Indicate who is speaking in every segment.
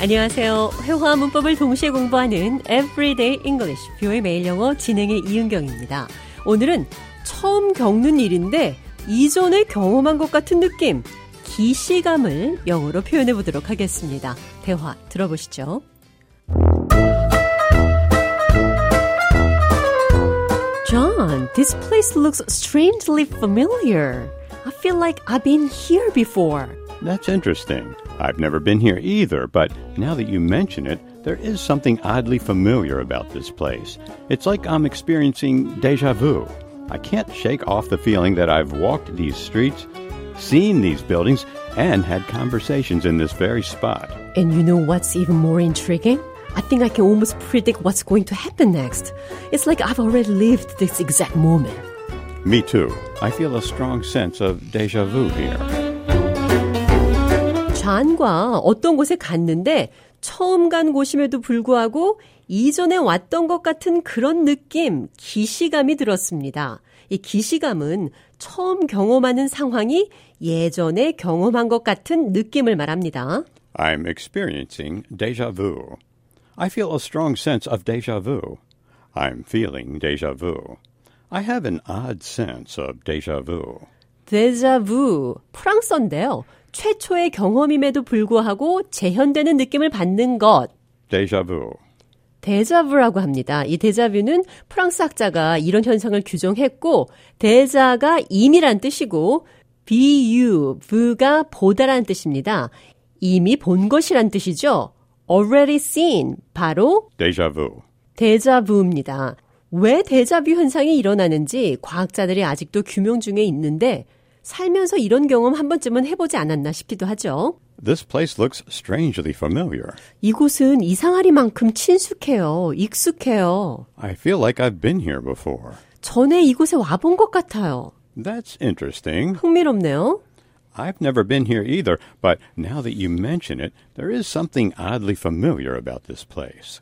Speaker 1: 안녕하세요. 회화 문법을 동시에 공부하는 Everyday English 뷰의 매일 영어 진행의 이은경입니다. 오늘은 처음 겪는 일인데 이전에 경험한 것 같은 느낌, 기시감을 영어로 표현해 보도록 하겠습니다. 대화 들어보시죠. John, this place looks strangely familiar. I feel like I've been here before.
Speaker 2: That's interesting. I've never been here either, but now that you mention it, there is something oddly familiar about this place. It's like I'm experiencing deja vu. I can't shake off the feeling that I've walked these streets, seen these buildings, and had conversations in this very spot.
Speaker 1: And you know what's even more intriguing? I think I can almost predict what's going to happen next. It's like I've already lived this exact moment.
Speaker 2: Me too. I feel a strong sense of deja vu here.
Speaker 1: 좌안과 어떤 곳에 갔는데 처음 간 곳임에도 불구하고 이전에 왔던 것 같은 그런 느낌, 기시감이 들었습니다. 이 기시감은 처음 경험하는 상황이 예전에 경험한 것 같은 느낌을 말합니다.
Speaker 2: I'm experiencing deja vu. I feel a strong sense of deja vu. I'm feeling deja vu. I have an odd sense of deja vu.
Speaker 1: 데자 vu, 프랑스어인데요. 최초의 경험임에도 불구하고 재현되는 느낌을 받는 것.
Speaker 2: Deja vu.
Speaker 1: 데자부라고 합니다. 이 데자뷰는 프랑스 학자가 이런 현상을 규정했고 데자가 임이란 뜻이고 bu, 부가 보다란 뜻입니다. 이미 본 것이란 뜻이죠. already seen 바로
Speaker 2: Deja vu.
Speaker 1: 데자부입니다. 왜 데자뷰 현상이 일어나는지 과학자들이 아직도 규명 중에 있는데 살면서 이런 경험 한 번쯤은 해보지 않았나 싶기도 하죠.
Speaker 2: This place looks strangely familiar.
Speaker 1: 이곳은 이상하리만큼 친숙해요. 익숙해요.
Speaker 2: I feel like I've been here before.
Speaker 1: 전에 이곳에 와본 것 같아요.
Speaker 2: That's interesting.
Speaker 1: 흥미롭네요.
Speaker 2: I've never been here either, but now that you mention it, there is something oddly familiar about this place.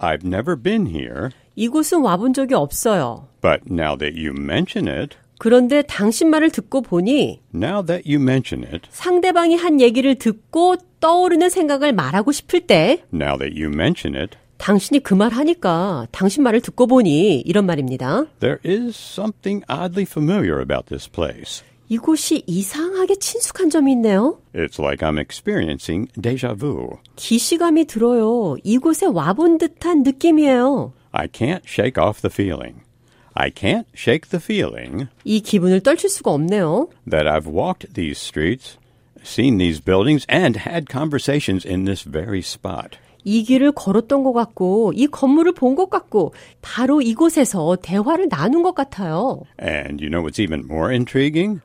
Speaker 2: I've never been here,
Speaker 1: 이곳은 와본 적이 없어요.
Speaker 2: but now that you mention it,
Speaker 1: 그런데 당신 말을 듣고 보니
Speaker 2: now that you mention it,
Speaker 1: 상대방이 한 얘기를 듣고 떠오르는 생각을 말하고 싶을 때
Speaker 2: now that you mention it,
Speaker 1: 당신이 그 말 하니까 당신 말을 듣고 보니 이런 말입니다.
Speaker 2: there is something oddly familiar about this place.
Speaker 1: 이곳이 이상하게 친숙한 점이 있네요.
Speaker 2: It's like I'm experiencing deja vu.
Speaker 1: 기시감이 들어요. 이곳에 와본 듯한 느낌이에요.
Speaker 2: I can't shake off the feeling. I can't shake the feeling
Speaker 1: 이 기분을 떨칠 수가 없네요.
Speaker 2: that I've walked these streets, seen these buildings, and had conversations in this very spot.
Speaker 1: 이 길을 걸었던 것 같고 이 건물을 본 것 같고 바로 이곳에서 대화를 나눈 것 같아요.
Speaker 2: And you know what's even more intriguing?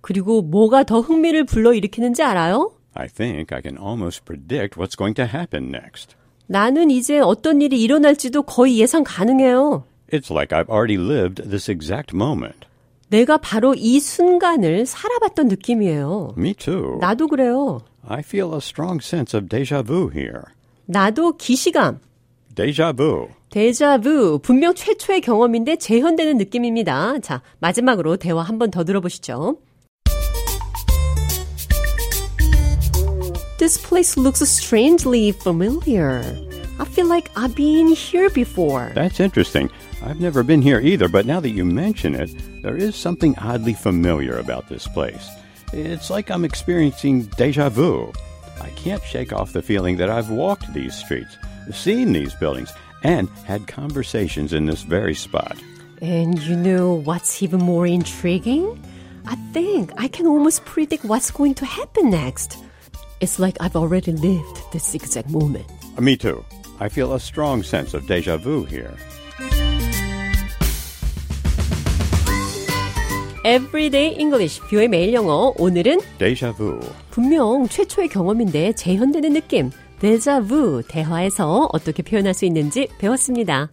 Speaker 1: 그리고 뭐가 더 흥미를 불러일으키는지 알아요?
Speaker 2: I think I can almost predict what's going to happen next.
Speaker 1: 나는 이제 어떤 일이 일어날지도 거의 예상 가능해요.
Speaker 2: It's like I've already lived this exact moment.
Speaker 1: 내가 바로 이 순간을 살아봤던 느낌이에요.
Speaker 2: Me too.
Speaker 1: 나도 그래요.
Speaker 2: I feel a strong sense of deja vu here.
Speaker 1: 나도 기시감,
Speaker 2: Deja vu.
Speaker 1: 데자vu, 분명 최초의 경험인데 재현되는 느낌입니다. 자, 마지막으로 대화 한 번 더 들어보시죠. This place looks strangely familiar. I feel like I've been here before.
Speaker 2: That's interesting. I've never been here either, but now that you mention it, there is something oddly familiar about this place. It's like I'm experiencing deja vu. I can't shake off the feeling that I've walked these streets, seen these buildings, and had conversations in this very spot.
Speaker 1: And you know what's even more intriguing? I think I can almost predict what's going to happen next. It's like I've already lived this exact moment.
Speaker 2: Me too. I feel a strong sense of deja vu here.
Speaker 1: Everyday English, 뷰의 매일 영어. 오늘은
Speaker 2: Deja vu.
Speaker 1: 분명 최초의 경험인데 재현되는 느낌, 데자부 대화에서 어떻게 표현할 수 있는지 배웠습니다.